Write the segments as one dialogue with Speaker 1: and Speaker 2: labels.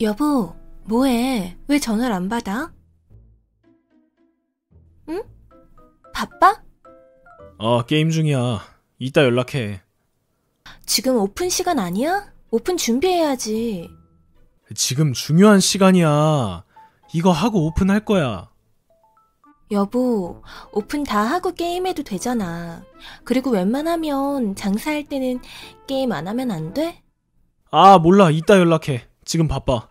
Speaker 1: 여보, 뭐해? 왜 전화를 안 받아? 응? 바빠?
Speaker 2: 아, 게임 중이야. 이따 연락해.
Speaker 1: 지금 오픈 시간 아니야? 오픈 준비해야지.
Speaker 2: 지금 중요한 시간이야. 이거 하고 오픈할 거야.
Speaker 1: 여보, 오픈 다 하고 게임해도 되잖아. 그리고 웬만하면 장사할 때는 게임 안 하면 안 돼?
Speaker 2: 아, 몰라. 이따 연락해. 지금 바빠.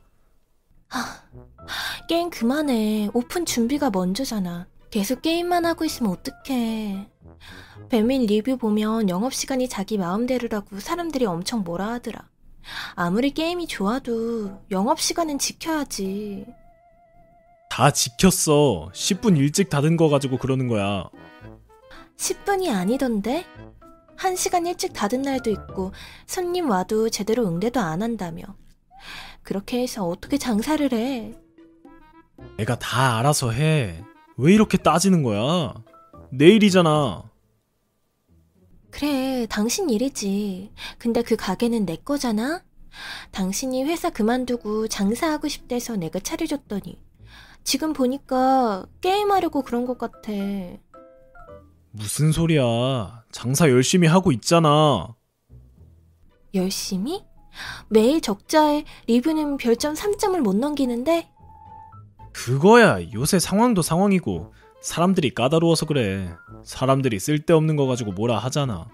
Speaker 1: 게임 그만해. 오픈 준비가 먼저잖아. 계속 게임만 하고 있으면 어떡해. 배민 리뷰 보면 영업시간이 자기 마음대로라고 사람들이 엄청 뭐라 하더라. 아무리 게임이 좋아도 영업시간은 지켜야지.
Speaker 2: 다 지켰어. 10분 일찍 닫은 거 가지고 그러는 거야.
Speaker 1: 10분이 아니던데? 1시간 일찍 닫은 날도 있고 손님 와도 제대로 응대도 안 한다며. 그렇게 해서 어떻게 장사를 해?
Speaker 2: 내가 다 알아서 해. 왜 이렇게 따지는 거야? 내일이잖아.
Speaker 1: 그래, 당신 일이지. 근데 그 가게는 내 거잖아? 당신이 회사 그만두고 장사하고 싶대서 내가 차려줬더니. 지금 보니까 게임하려고 그런 것 같아.
Speaker 2: 무슨 소리야. 장사 열심히 하고 있잖아.
Speaker 1: 열심히? 매일 적자에 리뷰는 별점 3점을 못 넘기는데?
Speaker 2: 그거야. 요새 상황도 상황이고. 사람들이 까다로워서 그래. 사람들이 쓸데없는 거 가지고 뭐라 하잖아.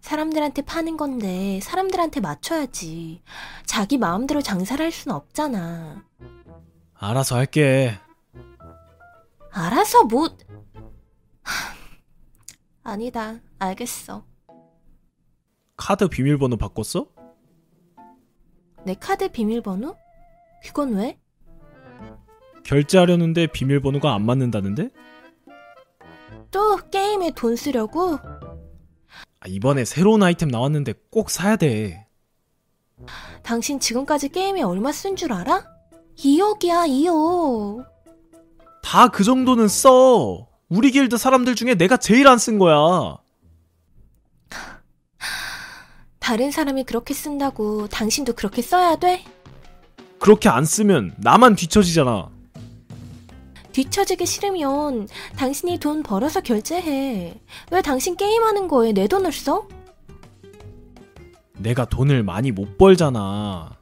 Speaker 1: 사람들한테 파는 건데 사람들한테 맞춰야지. 자기 마음대로 장사를 할 순 없잖아.
Speaker 2: 알아서 할게.
Speaker 1: 알아서 못. 하, 아니다. 알겠어.
Speaker 2: 카드 비밀번호 바꿨어?
Speaker 1: 내 카드 비밀번호? 그건 왜?
Speaker 2: 결제하려는데 비밀번호가 안 맞는다는데?
Speaker 1: 또 게임에 돈 쓰려고?
Speaker 2: 아, 이번에 새로운 아이템 나왔는데 꼭 사야 돼.
Speaker 1: 당신 지금까지 게임에 얼마 쓴 줄 알아? 2억이야, 2억.
Speaker 2: 다 그 정도는 써. 우리 길드 사람들 중에 내가 제일 안 쓴 거야.
Speaker 1: 다른 사람이 그렇게 쓴다고 당신도 그렇게 써야 돼?
Speaker 2: 그렇게 안 쓰면 나만 뒤처지잖아.
Speaker 1: 뒤처지기 싫으면 당신이 돈 벌어서 결제해. 왜 당신 게임하는 거에 내 돈을 써?
Speaker 2: 내가 돈을 많이 못 벌잖아.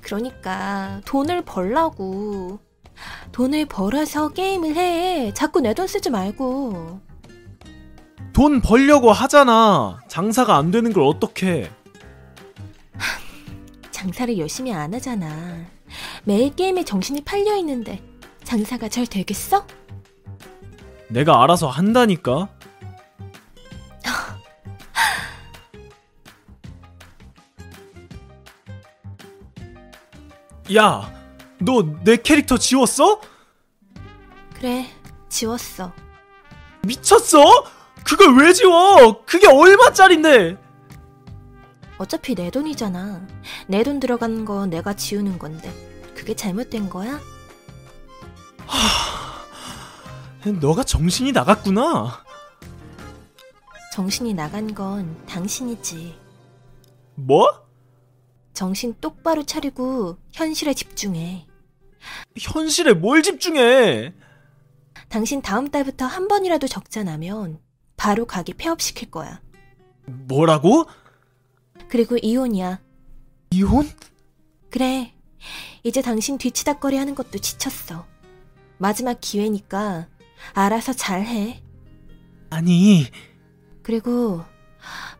Speaker 1: 그러니까 돈을 벌라고. 돈을 벌어서 게임을 해. 자꾸 내 돈 쓰지 말고.
Speaker 2: 돈 벌려고 하잖아. 장사가 안 되는 걸 어떻게?
Speaker 1: 장사를 열심히 안 하잖아. 매일 게임에 정신이 팔려 있는데 장사가 잘 되겠어?
Speaker 2: 내가 알아서 한다니까. 야, 너 내 캐릭터 지웠어?
Speaker 1: 그래, 지웠어.
Speaker 2: 미쳤어? 그걸 왜 지워? 그게 얼마짜린데?
Speaker 1: 어차피 내 돈이잖아. 내 돈 들어간 거 내가 지우는 건데 그게 잘못된 거야?
Speaker 2: 너가 정신이 나갔구나.
Speaker 1: 정신이 나간 건 당신이지.
Speaker 2: 뭐?
Speaker 1: 정신 똑바로 차리고 현실에 집중해.
Speaker 2: 현실에 뭘 집중해?
Speaker 1: 당신 다음 달부터 한 번이라도 적자 나면 바로 가게 폐업시킬 거야.
Speaker 2: 뭐라고?
Speaker 1: 그리고 이혼이야.
Speaker 2: 이혼?
Speaker 1: 그래. 이제 당신 뒤치다거리 하는 것도 지쳤어. 마지막 기회니까 알아서 잘해.
Speaker 2: 아니,
Speaker 1: 그리고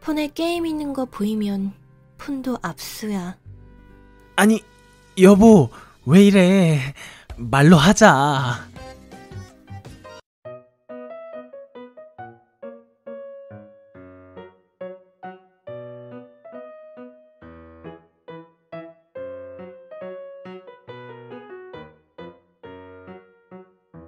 Speaker 1: 폰에 게임 있는 거 보이면 폰도 압수야.
Speaker 2: 아니, 여보, 왜 이래? 말로 하자.